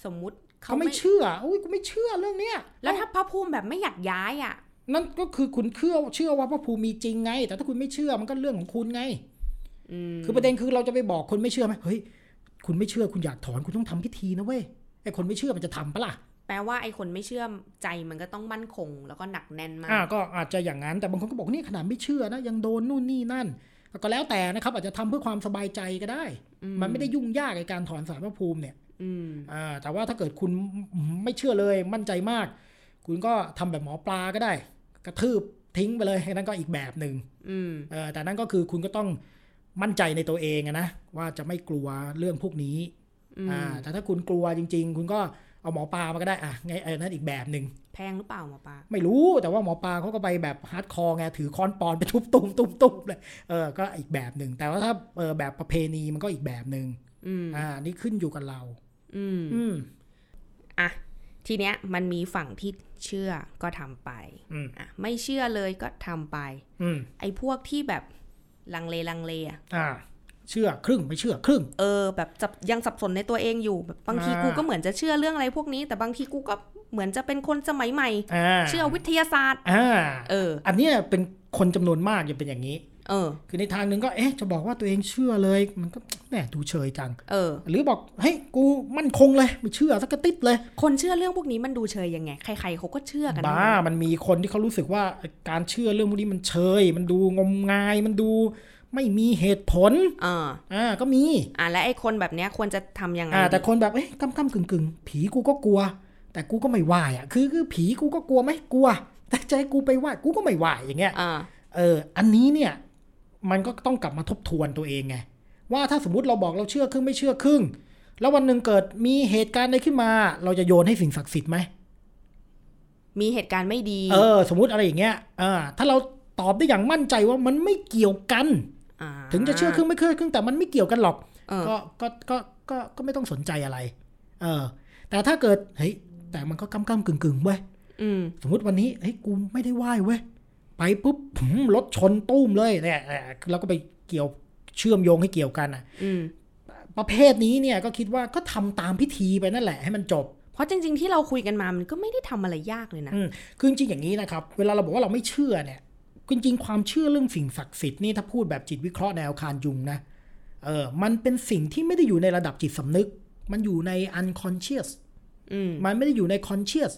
สมมุติ เขาไม่เชื่ออุ้ยกูไม่เชื่อเรื่องเนี้ย แล้วถ้าพระภูมิแบบไม่อยากย้ายอ่ะ นั่นก็คือคุณเชื่อเชื่อว่าพระภูมิมีจริงไง แต่ถ้าคุณไม่เชื่อมันก็เรื่องของคุณไง อืม คือประเด็นคือเราจะไปบอกคนไม่เชื่อไหมเฮ้ยคุณไม่เชื่อคุณอยากถอนคุณต้องทำพิธีนะเว้ยไอ้คนไม่เชื่อมันจะทำปะล่ะ แปลว่าไอ้คนไม่เชื่อใจมันก็ต้องมั่นคง แล้วก็หนักแน่นมา อ่าก ก็อาจจะอย่างนั้นแต่บางคนก็บอกเนี่ยขนาดไม่เชื่อนะยังโดนนู่นนี่นั่น ก็แล้วแต่นะครับ อาจจะทำเพื่อความสบายใจก็ได้ มันไม่ได้ยุ่งยากในการถอนสารพระภูมิเนี่ย อืม อ่าแต่ว่าถ้าเกิดคุณไม่เชื่อเลยมั่นใจมาก คุณก็ทำแบบหมอปลาก็ได้ กระทืบทิ้งไปเลยอันนั้นก็อีกแบบหนึ่ง อืม เออแต่นั่นก็คือคุณก็ต้องมั่นใจในตัวเองอะนะว่าจะไม่กลัวเรื่องพวกนี้ อืม อ่าแต่ถ้าคุณกลัวจริง ๆ คุณก็เอาหมอปลามาก็ได้อ่ะไงไอ้นั้นอีกแบบหนึ่ง แพงหรือเปล่าหมอปลา ไม่รู้แต่ว่าหมอปลาเขาก็ไปแบบฮาร์ดคอร์ไงถือค้อนปอนไปทุบตุ้มตุ้มตุ้มเลยเออก็อีกแบบหนึ่งแต่ว่าถ้าเออแบบประเพณีมันก็อีกแบบหนึ่ง อืม อ่านี่ขึ้นอยู่กับเรา อืม อืม อ่ะ ทีเนี้ยมันมีฝั่งที่เชื่อก็ทำไป อืม อ่ะ ไม่เชื่อเลยก็ทำไป อืม ไอ้พวกที่แบบลังเลลังเลอะ อ่า เชื่อครึ่งไม่เชื่อครึ่ง เออ แบบจับยังสับสนในตัวเองอยู่แบบบางที อ่ากู กูก็เหมือนจะเชื่อเรื่องอะไรพวกนี้ แต่บางทีกูก็เหมือนจะเป็นคนสมัยใหม่ อ่า เชื่อวิทยาศาสตร์ อ่า เออ อันเนี้ยเป็นคนจำนวนมากจะเป็นอย่างนี้ เออ คือในทางหนึ่งก็เอ๊ะจะบอกว่าตัวเองเชื่อเลย มันก็แหมดูเฉยจัง เออ หรือบอกเฮ้ยกูมั่นคงเลยไม่เชื่อสักกระติดเลย คนเชื่อเรื่องพวกนี้มันดูเชยยังไง ใครๆเขาก็เชื่อกัน บ้ามันมีคนที่เขารู้สึกว่าการเชื่อเรื่องพวกนี้มันเฉยมันดูงมงายมันดู ไม่มีเหตุผล เออ อ่าก็มี อ่ะและไอ้คนแบบเนี้ยควรจะทำยังไง อ่าแต่คนแบบเอ๊ะกำกำกึ่งกึ่งผีกูก็กลัว แต่กูก็ไม่ไหวอ่ะคือคือผีกูก็กลัวไหมกลัว แต่ใจะให้กูไปไหวกูก็ไม่ไหวอย่างเงี้ย อ่า เออ อันนี้เนี่ย มันก็ต้องกลับมาทบทวนตัวเองไง ว่าถ้าสมมติเราบอกเราเชื่อครึ่งไม่เชื่อครึ่ง แล้ววันหนึ่งเกิดมีเหตุการณ์ใดขึ้นมา เราจะโยนให้สิ่งศักดิ์สิทธิ์ไหม มีเหตุการณ์ไม่ดี เออ สมมติอะไรอย่างเงี้ยเออถ้าเราตอบได้อย่างมั่นใจว่ามันไม่เกี่ยวกัน า ถึงจะเชื่อครึ่งไม่เชื่อครึ่งแต่มันไม่เกี่ยวกันหรอก เออ ก็ก็ก็ก็ก็ไม่ต้องสนใจอะไร เออ แต่ถ้าเกิดเฮ้ยแต่มันก็กำกำกึ่งกึ่งๆเว้ย อืม สมมติวันนี้เฮ้ยกูไม่ได้ไหว้เว้ยไปปุ๊บหืมรถชนตุ้มเลยเนี่ยเอ่อเราก็ไปเกี่ยวเชื่อมโยงให้เกี่ยวกันอ่ะ อืม ประเภทนี้เนี่ยก็คิดว่าก็ทำตามพิธีไปนั่นแหละให้มันจบ เพราะจริง ๆ ที่เราคุยกันมามันก็ไม่ได้ทำอะไรยากเลยนะ อืมคือจริงๆอย่างนี้นะครับ เวลาเราบอกว่าเราไม่เชื่อเนี่ยจริงๆความเชื่อเรื่องสิ่งศักดิ์สิทธิ์นี่ถ้าพูดแบบจิตวิเคราะห์แนวคานยุงนะเออมันเป็นสิ่งที่ไม่ได้อยู่ในระดับจิตสำนึก มันอยู่ใน unconscious อืม มันไม่ได้อยู่ใน conscious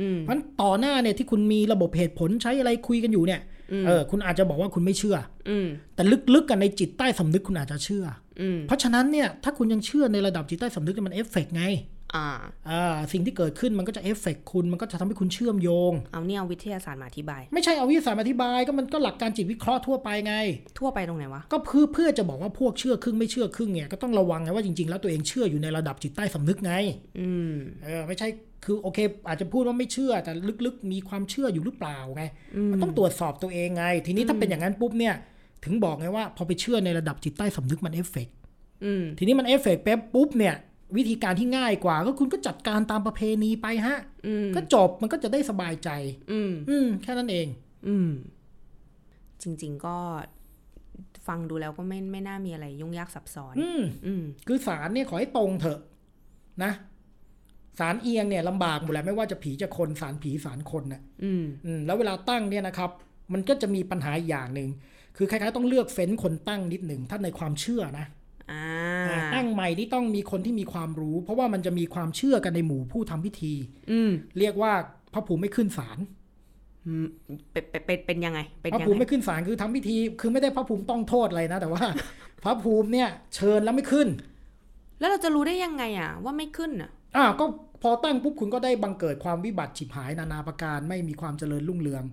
อืม เพราะฉะนั้นต่อหน้าเนี่ยที่คุณมีระบบเหตุผลใช้อะไรคุยกันอยู่เนี่ยเออคุณอาจจะบอกว่าคุณไม่เชื่อ อืม แต่ลึกๆกันในจิตใต้สำนึกคุณอาจจะเชื่อ อืม เพราะฉะนั้นเนี่ยถ้าคุณยังเชื่อในระดับจิตใต้สำนึกเนี่ยมันเอฟเฟกต์ไง อ่า อ่าสิ่งที่เกิดขึ้นมันก็จะเอฟเฟกต์คุณมันก็จะทำให้คุณเชื่อมโยง เอาเนี่ยเอาวิทยาศาสตร์มาอธิบาย ไม่ใช่เอาวิทยาศาสตร์มาอธิบายก็มันก็หลักการจิตวิเคราะห์ทั่วไปไง ทั่วไปตรงไหนวะ ก็เพื่อเพื่อจะบอกว่าพวกเชื่อครึ่งไม่เชื่อครึ่งเนี่ยก็ต้องระวังไงว่าจริงๆ แล้วตัวเองเชื่ออยู่ในระดับจิตใต้สำนึกไง อืม เออไม่ใช่คือโอเค อาจจะพูดว่าไม่เชื่อแต่ลึกๆ มีความเชื่ออยู่หรือเปล่าไงมันต้องตรวจสอบตัวเองไง ทีนี้ถ้าเป็นอย่างนั้นปุ๊บเนี่ยถึงบอกไงว่าพอไปเชื่อในระดับจิตใต้สำนึกมันเอฟเฟกต์ อืม ทีนี้มันเอฟเฟกต์แป๊บปุ๊บเนี่ย วิธีการที่ง่ายกว่าก็คุณก็จัดการตามประเพณีไปฮะ อืม ก็จบมันก็จะได้สบายใจ อืม อืมแค่นั้นเอง อืม จริง ๆ ก็ฟังดูแล้วก็ไม่ไม่น่ามีอะไรยุ่งยากซับซ้อน อืม อืม คือสารเนี่ยขอให้ตรงเถอะนะสารเอียงเนี่ยลำบากหมดแหล้วไม่ว่าจะผีจะคนสารผีสารคนน่ะ อืม อืมแล้วเวลาตั้งเนี่ยนะครับ มันก็จะมีปัญหาอีกอย่างหนึ่งคือคล้ายๆต้องเลือกเฟ้นคนตั้งนิดหนึ่งถ้าในความเชื่อนะ อ่า อ่าตั้งใหม่นี่ต้องมีคนที่มีความรู้ เพราะว่ามันจะมีความเชื่อกันในหมู่ผู้ทำพิธี อืม เรียกว่าพระภูมิไม่ขึ้นศาล อืมเป็นเป็นเป็นเป็นยังไง เป็น พระ ยัง ภูมิ ไง ไม่ขึ้นศาลคือทำพิธี คือไม่ได้พระภูมิต้องโทษอะไรนะ แต่ว่า พระภูมิเนี่ยเชิญแล้วไม่ขึ้น แล้วเราจะรู้ได้ยังไงอ่ะ ว่าไม่ขึ้นอ่ะ อ่าก็พอตั้งปุ๊บคุณก็ได้บังเกิดความวิบัติฉิบหายนานาประการไม่มีความเจริญรุ่งเรือง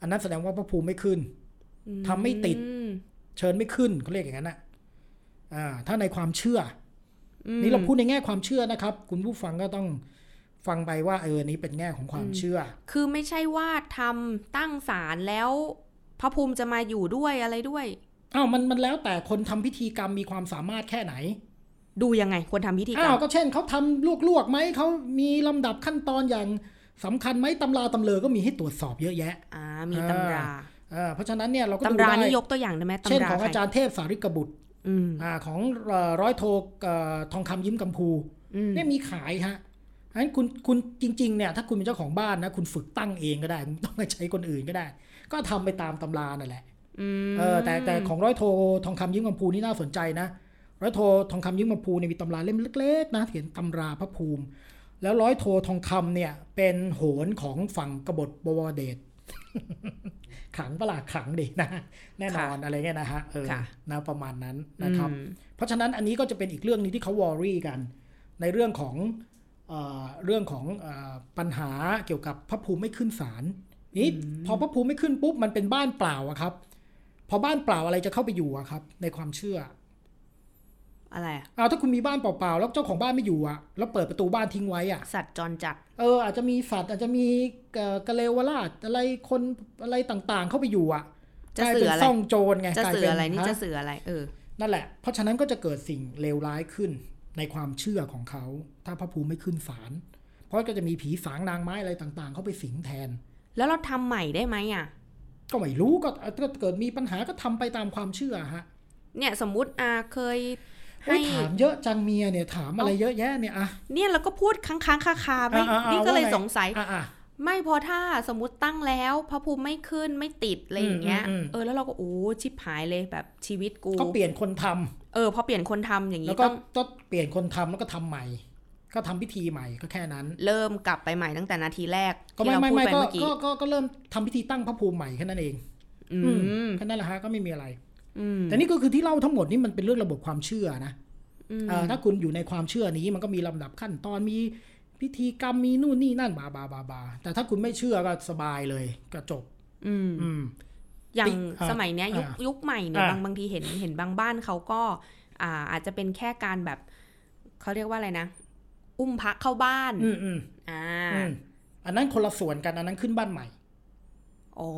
อันนั้นแสดงว่าพระภูมิไม่ขึ้น ทำไม่ติด อืม เชิญไม่ขึ้นเขาเรียกอย่างนั้นนะอ่าถ้าในความเชื่ออนี่เราพูดในแง่ความเชื่อนะครับ คุณผู้ฟังก็ต้องฟังไปว่าเอออนนี้เป็นแง่ของความเชื่อ คือไม่ใช่ว่าทำตั้งศาลแล้ว พระภูมิจะมาอยู่ด้วยอะไรด้วย อ้าวมันมันแล้วแต่คนทำพิธีกรรมมีความสามารถแค่ไหน ดูยังไงควรทำพิธีกร อ้าร ว ม ก็เช่นเขาทำลวกๆไหมเขามีลำดับขั้นตอนอย่างสำคัญไหมตำราตำเลอก็มีให้ตรวจสอบเยอะแยะ อ่ามีตำรา อ่าเพราะฉะนั้นเนี่ยเราก็ ตำ ดู รา ได้ นี่ยกตัวอย่างได้ไหม เช่น ตำรา ของอาจารย์เทพสาริกบุตร อืม อ่าของเอ่อร้อยโทเอ่อทองคำยิ้มกัมพู อืม เนี่ยมีขายฮะอันนั้นคุณคุณจริงๆเนี่ยถ้าคุณเป็นเจ้าของบ้านนะคุณฝึกตั้งเองก็ได้ไม่ต้องไปใช้คนอื่นก็ได้ ก็ทำไปตามตำรานั่นแหละ อืม เออแต่แต่ของร้อยโททองคำยิ้มกำพูนี่น่าสนใจนะร้อยโททองคำยิ้มกำพูเนี่ยมีตำราเล่มเล็กๆนะเขียนตำราพระภูมิ แล้วร้อยโททองคำเนี่ยเป็นโหนของฝั่งกบฏบวรเดช [laughs] ขังประหลาขังดินะแน่นอนอะไรเงี้ยนะฮะเออนะประมาณนั้นนะครับ อืม เพราะฉะนั้นอันนี้ก็จะเป็นอีกเรื่องหนี้ที่เขาวอรี่กัน ในเรื่องของเออเรื่องของเออปัญหาเกี่ยวกับพระภูมิไม่ขึ้นศาลนี่พอพระภูมิไม่ขึ้นปุ๊บมันเป็นบ้านเปล่าอะครับ พอบ้านเปล่าอะไรจะเข้าไปอยู่อะครับ ในความเชื่อ อะไรอะ เอาถ้าคุณมีบ้านเปล่าๆแล้วเจ้าของบ้านไม่อยู่อะแล้วเปิดประตูบ้านทิ้งไว้อะ สัตว์จรจัด เอออาจจะมีสัตว์อาจจะมีเอ่อกระเลวราชอะไรคนอะไรต่างๆ เข้าไปอยู่อะ จะ กลาย สื่อนเป็อะไร ซ่องโจรไง จะ กลาย สื่อ เป็น อะไรนี่ ฮ จะสื่ออะไร เออ นั่นแหละ เพราะฉะนั้นก็จะเกิดสิ่งเลวร้ายขึ้นในความเชื่อของเขา ถ้าพระภูมิไม่ขึ้นศาล เพราะก็จะมีผีสางนางไม้อะไรต่างๆ เข้าไปสิงแทน แล้วเราทำใหม่ได้ไหมอ่ะ ก็ไม่รู้ก็ก็เกิดมีปัญหาก็ทำไปตามความเชื่อฮะ เนี่ยสมมุติอาเคย เฮ้ ให้ ยถามเยอะจังเมียเนี่ยถามอะไรเยอะแยะเนี่ยอะ เนี่ยเราก็พูดค้างค้างๆคาคาๆไม่ อ่ะอ่ะอ่ะ นี่ก็เลย ว่าไ สงสัย อ่ะอ่ะ ไม่พอถ้าสมมติตั้งแล้วพระภูมิไม่ขึ้นไม่ติดอะไรอย่างเงี้ย อืมอืมอืม เออแล้วเราก็โอ้ชิบหายเลยแบบชีวิตกู ก็เปลี่ยนคนทำ เออพอเปลี่ยนคนทำอย่าง แล้ว นี้ ก็ ต้อง ก็เปลี่ยนคนทำแล้วก็ทำใหม่ ก็ทำพิธีใหม่ก็แค่นั้น เริ่มกลับไปใหม่ตั้งแต่นาทีแรก ก็ ที่ ไม่ เรา ไม่ พูด ไม่ ไป ก็ เมื่อกี้ ก็ก็ก็เริ่มทำพิธีตั้งพระภูมิใหม่แค่นั้นเอง อืม แค่นั้นแหละฮะก็ไม่มีอะไร อืม แต่นี่ก็คือที่เล่าทั้งหมดนี่มันเป็นเรื่องระบบความเชื่อนะเอ่อถ้าคุณอยู่ในความเชื่อนี้มันก็มีลำดับขั้นตอนมีพิธีกรรมมีนู่นนี่นั่นบาบาบาบาแต่ถ้าคุณไม่เชื่อก็สบายเลยก็จบ อืม อืม อย่าง อ่ะ สมัยเนี้ยยุค อ่ะ ยุคใหม่เนี่ย อ่ะ บางบางทีเห็นเห็นบางบ้านเขาก็ อ่าอาจจะเป็นแค่การแบบเขาเรียกว่าอะไรนะ อุ้มพระเข้าบ้าน อืมอืม อ่า อืมอันนั้นคนละส่วนกันอันนั้นขึ้นบ้านใหม่ อ๋อ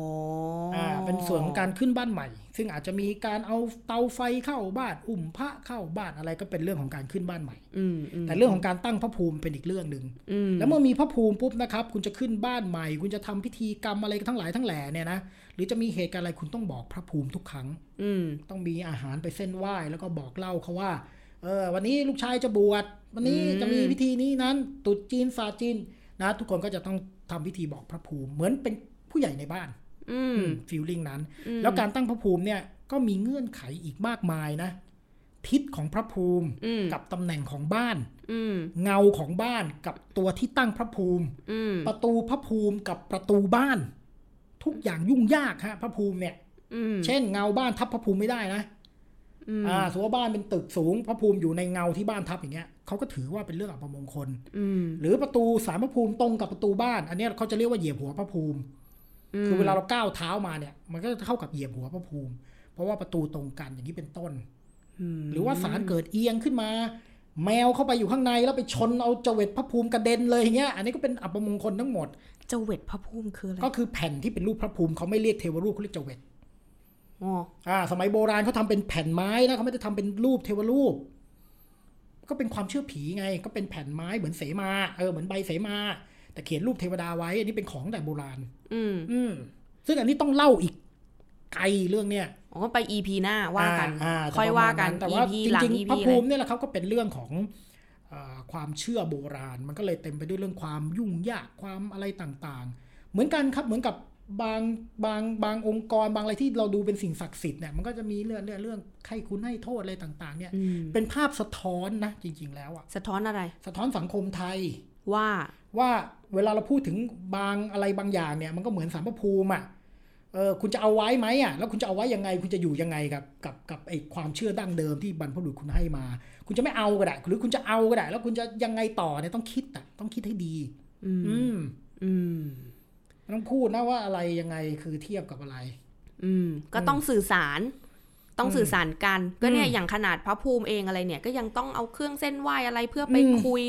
อ่ าเป็นส่วนของการขึ้นบ้านใหม่ ซึ่งอาจจะมีการเอาเตาไฟเข้าบ้านอุ่มพระเข้าบ้านอะไรก็เป็นเรื่องของการขึ้นบ้านใหม่ อืมอืม แต่เรื่องของการตั้งพระภูมิเป็นอีกเรื่องหนึ่ง อืม แล้วเมื่อมีพระภูมิปุ๊บนะครับ คุณจะขึ้นบ้านใหม่ คุณจะทำพิธีกรรมอะไรทั้งหลายทั้งแหล่เนี่ยนะหรือจะมีเหตุการณ์อะไรคุณต้องบอกพระภูมิทุกครั้ง อืม ต้องมีอาหารไปเส้นไหว้แล้วก็บอกเล่าเขาว่าเออวันนี้ลูกชายจะบวชวันนี้ อืม จะมีพิธีนี้นั้นตรุษจีนศาสตร์จีนนะ ทุกคนก็จะต้องทำพิธีบอกพระภูมิ เหมือนเป็นผู้ใหญ่ในบ้าน อืม ฟีลลิ่งนั้น อืม แล้วการตั้งพระภูมิเนี่ยก็มีเงื่อนไขอีกมากมายนะ ทิศของพระภูมิ อืม กับตำแหน่งของบ้าน อืม เงาของบ้านกับตัวที่ตั้งพระภูมิ อืม ประตูพระภูมิกับประตูบ้าน ทุกอย่างยุ่งยากฮะพระภูมิเนี่ย อืม เช่นเงาบ้านทับพระภูมิไม่ได้นะ อืม อ่าสมมติว่าบ้านเป็นตึกสูง พระภูมิอยู่ในเงาที่บ้านทับอย่างเงี้ยเขาก็ถือว่าเป็นเรื่องอัปมงคล อืม หรือประตูสารพระภูมิตรงกับประตูบ้าน อันเนี้ยเขาจะเรียกว่าเหยียบหัวพระภูมิ คือเวลาเราก้าวเท้ามาเนี่ย มันก็จะเท่ากับเหยียบหัวพระภูมิ เพราะว่าประตูตรงกันอย่างนี้เป็นต้น ม หรือว่าสารเกิดเอียงขึ้นมา แมวเข้าไปอยู่ข้างในแล้วไปชนเอาจเจวิตพระภูมิกระเด็นเลยอย่างเงี้ยอันนี้ก็เป็นอัปมงคลทั้งหมด เจาเวทพระภูมิคืออะไร ก็คือแผ่นที่เป็นรูปพระภูมิเขาไม่เรียกเทวรูปเขาเรียกเจเวต อ๋อ อ่า สมัยโบราณเขาทำเป็นแผ่นไม้นะเขาไม่ได้ทำเป็นรูปเทวรูป ก็เป็นความเชื่อผีไง ก็เป็นแผ่นไม้เหมือนเสมา เออเหมือนใบเสมา แต่เขียนรูปเทวดาไว้อันนี้เป็นของแต่โบราณ อืม อืมซึ่งอันนี้ต้องเล่าอีกไกลเรื่องเนี้ย อ๋อก็ไป EP หน้าว่ากัน อ่าา ค่อยว่ากัน แต่ว่า EP จ หลัง ริง EP ๆพระ อะ ภู ไร มิเนี่ยแหละครับก็เป็นเรื่องของเอ่อความเชื่อโบราณ มันก็เลยเต็มไปด้วยเรื่องความยุ่งยากความอะไรต่างๆ เหมือนกันครับเหมือนกับบางบางบางองค์กรบางอะไรที่เราดูเป็นสิ่งศักดิ์สิทธิ์เนี่ยมันก็จะมีเรื่องเรื่องเรื่องใครคุณให้โทษอะไรต่างๆ เนี่ย อืม เป็นภาพสะท้อนนะจริง ๆ แล้วอะ สะท้อนอะไร สะท้อนสังคมไทย ว่า ว่าเวลาเราพูดถึงบางอะไรบางอย่างเนี่ย มันก็เหมือนสารพระภูมิอ่ะเอ เออคุณจะเอาไว้ไหมอ่ะแล้วคุณจะเอาไว้ยังไงคุณจะอยู่ยังไงกับกับกับไอความเชื่อดั้งเดิมที่บรรพบุรุษคุณให้มา คุณจะไม่เอาก็ได้หรือคุณจะเอาก็ได้ แล้วคุณจะยังไงต่อเนี่ยต้องคิดอ่ะต้องคิดให้ดี อืม อืม อืม ต้องพูดนะว่าอะไรยังไงคือเทียบกับอะไร อืม ก็ต้องสื่อสาร ต้องสื่อสารกัน ก็เนี่ยอย่างขนาดพระภูมิเองอะไรเนี่ย ก็ยังต้องเอาเครื่องเส้นไหวอะไรเพื่อไป อืม คุย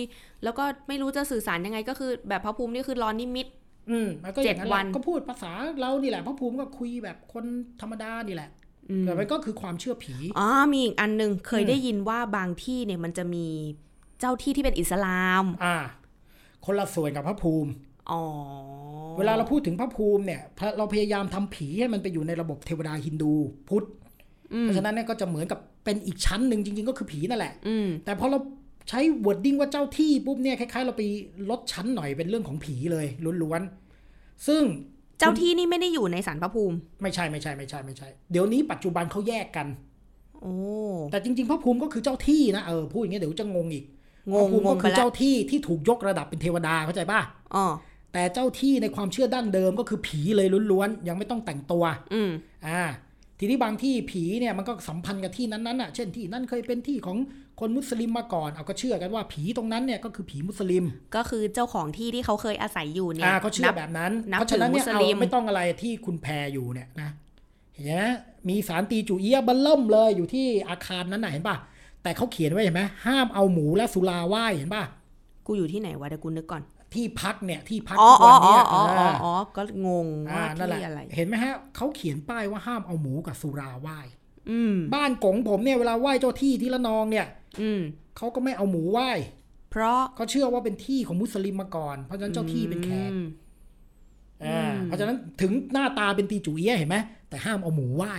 แล้วก็ไม่รู้จะสื่อสารยังไงก็คือ แบบพระภูมินี่คือรอนิมิต อืมแล้วก็อย่างนั้เจ็นแหดวั ละ น ก็พูดภาษาเรานี่แหละพระภูมิก็คุยแบบคนธรรมดานี่แหละ อืม แต่มันก็คือความเชื่อผี อ๋อมีอีกอันหนึ่งเคย อืม ได้ยินว่าบางที่เนี่ยมันจะมีเจ้าที่ที่เป็นอิสลาม อ่า คนละส่วนกับพระภูมิ อ๋อ เวลาเราพูดถึงพระภูมิเนี่ยพระเราพยายามทำผีให้มันไปอยู่ในระบบเทวดาฮินดูพุทธ อืมเพราะฉะนั้นเนี่ยก็จะเหมือนกับเป็นอีกชั้นหนึ่งจริง ๆ ก็คือผีนั่นแหละ อืม แต่พอเราใช้วอร์ดดิ้งว่าเจ้าที่ปุ๊บเนี่ยคล้ายๆ เราไปลดชั้นหน่อยเป็นเรื่องของผีเลยล้วนๆ ซึ่ง เจ้าที่นี่ไม่ได้อยู่ในสารพระภูมิ ไม่ใช่ไม่ใช่ไม่ใช่ไม่ใช่ เดี๋ยวนี้ปัจจุบันเขาแยกกัน โอ้ แต่จริงๆพระภูมิก็คือเจ้าที่นะเออพูดอย่างเงี้ยเดี๋ยวจะงงอีก ง พ ง ระภูมิ ง ก็ งไป คือ แล้ว เจ้าที่ที่ถูกยกระดับเป็นเทวดาเข้าใจป่ะ อ๋อ แต่เจ้าที่ในความเชื่อดั้งเดิมก็คือผีเลยล้วนๆยังไม่ต้องแต่งตัว อืม อ่าทีนี้บางที่ผีเนี่ยมันก็สัมพันธ์กับที่นั้นๆน่ะเช่นที่นั่นเคยเป็นที่ของคนมุสลิมมาก่อนเอาก็เชื่อกันว่าผีตรงนั้นเนี่ยก็คือผีมุสลิม ก็คือเจ้าของที่ที่เขาเคยอาศัยอยู่เนี่ย อ่าเขาเชื่ นั อบ แบบนั้น นับ เพราะฉะนั้นเนี่ย ถือมุ เอา สลิม ไม่ต้องอะไรที่คุณแพรอยู่เนี่ยนะเห็นไหมมีสารตีจูเอียะเบัลเล่มเลยอยู่ที่อาคารนั้นน่ะเห็นป่ะแต่เขาเขียนไว้เห็นไหมห้ามเอาหมูและสุราไหว้เห็นป่ะ กูอยู่ที่ไหนวะเดี๋ยวกูนึกก่อน ที่พักเนี่ยที่พัก อ๋อ ทุก อ๋อน อ๋วัเนี่ อย อ๋ออ๋อ อ่า อ๋อก็งง อ่า ว่า นั่นแห ที่ ละ อะไร เห็นไหมฮะเขาเขียนป้ายว่าห้ามเอาหมูกับสุราไหว้ อืม บ้านกงผมเนี่ยเวลาไหว้เจ้าที่ที่ละนองเนี่ย อืม เขาก็ไม่เอาหมูไหว้ เพราะ เขาเชื่อว่าเป็นที่ของมุสลิมมาก่อน เพราะฉะนั้นเจ้าที่เป็นแขก อืม อ่า อืม เพราะฉะนั้นถึงหน้าตาเป็นตีจุเอียะเห็นไหมแต่ห้ามเอาหมูไหว้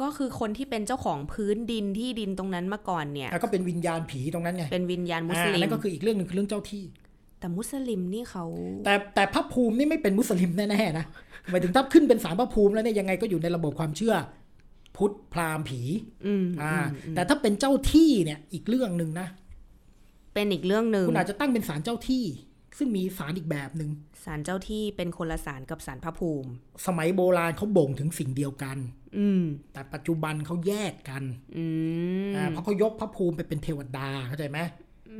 ก็คือคนที่เป็นเจ้าของพื้นดินที่ดินตรงนั้นมาก่อนเนี่ย แล้วก็เป็นวิญญาณผีตรงนั้นไง เป็นวิญญาณมุส อ่า ลิม นั่นก็คืออีกเรื่องหนึ่งคือเรื่องเจ้าที่ แต่มุสลิมนี่เขา แต่แต่พระภูมินี่ไม่เป็นมุสลิมแน่ๆนะหมายถึงถ้าขึ้นเป็นสารพระภูมิแล้วเนี่ยยังไงก็อยู่ในระบบความเชื่อ พุทธพราหมณ์ผี อืม อ่า อืม แต่ถ้าเป็นเจ้าที่เนี่ยอีกเรื่องหนึ่งนะ เป็นอีกเรื่องหนึ่ง คุณอาจจะตั้งเป็นสารเจ้าที่ ซึ่งมีสารอีกแบบหนึ่ง สารเจ้าที่เป็นคนละสารกับสารพระภูมิ สมัยโบราณเขาบ่งถึงสิ่งเดียวกัน อืม แต่ปัจจุบันเขาแยกกัน อืม อ่าเพราะเขายกพระภูมิไปเป็นเทวดาเข้าใจไหม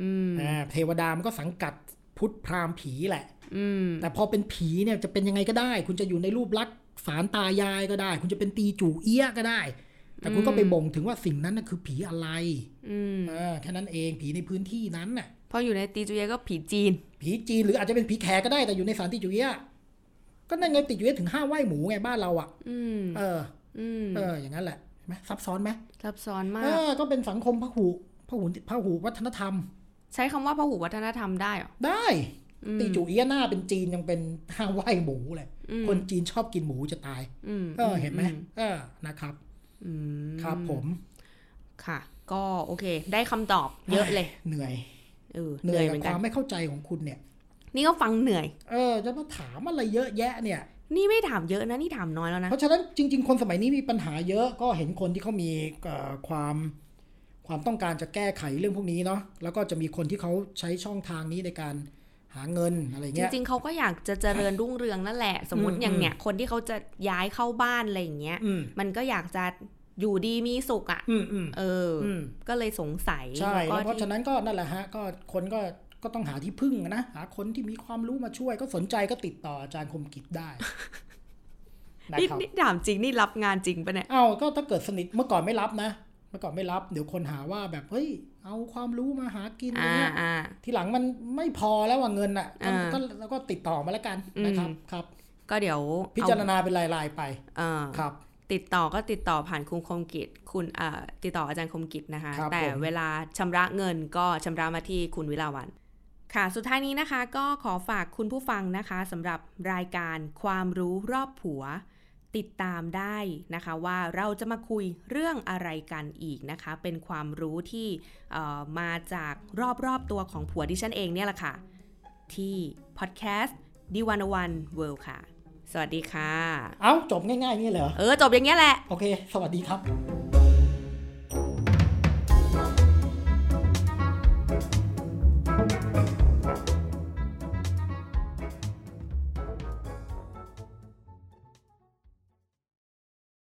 อืม อ่าเทวดามันก็สังกัดพุทธพราหมณ์ผีแหละ อืม แต่พอเป็นผีเนี่ยจะเป็นยังไงก็ได้ คุณจะอยู่ในรูปลักษณ์สารตายายก็ได้ คุณจะเป็นตีจู่เอี้ยก็ได้ แต่คุณก็ไปบ่งถึงว่าสิ่งนั้นน่ะคือผีอะไร อืม อ่าแค่นั้นเองผีในพื้นที่นั้นน่ะ พออยู่ในตีจูเยก็ผีจีน ผีจีนหรืออาจจะเป็นผีแขกก็ได้แต่อยู่ในสารตีจู่เอี้ยก็นั่นไงตีจู่เอี้ยถึงห้ามไหว้หมูไงบ้านเราอ่ะ อืม เออ อืม เอออย่างนั้นแหละเห็นไหมซับซ้อนไหม ซับซ้อนมา เอก อก็เป็นสังคมพหูพหูพหูวัฒนธรรม ใช้คำว่าพหูวัฒนธรรมได้เหรอ ได้ ตีจูเอียะหน้าเป็นจีนยังเป็นห้ามไหว้หมูเลย อืม คนจีนชอบกินหมูจะตาย อืม เอออเห็นไหม อื เออนะครับ อืม ครับผม ค่ะ ก็โอเค ได้คำตอบเยอะเลย เหนื่อย เออ เห เห นื่ นื่ อ อย ยเหกับ มือน ค กัน วามไม่เข้าใจของคุณเนี่ย นี่ก็ฟังเหนื่อย เออ จะมาถามอะไรเยอะแยะเนี่ย นี่ไม่ถามเยอะนะนี่ถามน้อยแล้วนะ เพราะฉะนั้นจริง ๆ คนสมัยนี้มีปัญหาเยอะก็เห็นคนที่เขามีเอ่อความความต้องการจะแก้ไขเรื่องพวกนี้เนาะแล้วก็จะมีคนที่เขาใช้ช่องทางนี้ในการหาเงินอะไร จ เงี้ย ริงๆเขาก็อยากจะเจริญรุ่งเรืองนั่นแหละ สมมติ อืม อย่างเนี้ยคนที่เขาจะย้ายเข้าบ้านอะไรอย่างเงี้ย อืม มันก็อยากจะอยู่ดีมีสุขอ่ะ อืมอืม เอออ อืม ก็เลยสงสัย ใช่ แล้ว แล้วเพ ก็ ราะ ที่ ฉะนั้นก็นั่นแหละฮะก็คนก็ก็ต้องหาที่พึ่งอะนะหาคนที่มีความรู้มาช่วยก็สนใจก็ติดต่ออาจารย์คมกิจได้ [laughs] นะ นี่ ครับ นี่ถามจริงนี่รับงานจริงปะเนี่ย เอ้าก็ถ้าเกิดสนิทเมื่อก่อนไม่รับนะ เมื่อก่อนไม่รับ เดี๋ยวคนหาว่าแบบเฮ้ยเอาความรู้มาหากินอะอ่าไรเงี้ย อ่า ทีหลังมันไม่พอแล้วว่าเงินอ่ะก็ อ่า ก็แล้วก็ติดต่อมาแล้วกันนะครับ อืม ครับ ก็เดี๋ยวเอ พิจารณาเป็นรายๆไป เออ ครับ ติดต่อก็ติดต่อผ่านคุณคมกิจคุณเอ่อติดต่ออาจารย์คมกิจนะคะ ครับ แต่ ผม เวลาชำระเงินก็ชำระมาที่คุณวิลาวัน ค่ะ สุดท้ายนี้นะคะ ก็ขอฝากคุณผู้ฟังนะคะสำหรับรายการความรู้รอบผัว ติดตามได้นะคะ ว่าเราจะมาคุยเรื่องอะไรกันอีกนะคะ เป็นความรู้ที่เอ่อมาจากรอบๆตัวของผัวดิฉันเองเนี่ยแหละค่ะ ที่พอดแคสต์ดิวันวันเวิลด์ค่ะ สวัสดีค่ะ เอ้าจบง่ายๆนี่เหรอ เออจบอย่างเงี้ยแหละ โอเค สวัสดีครับ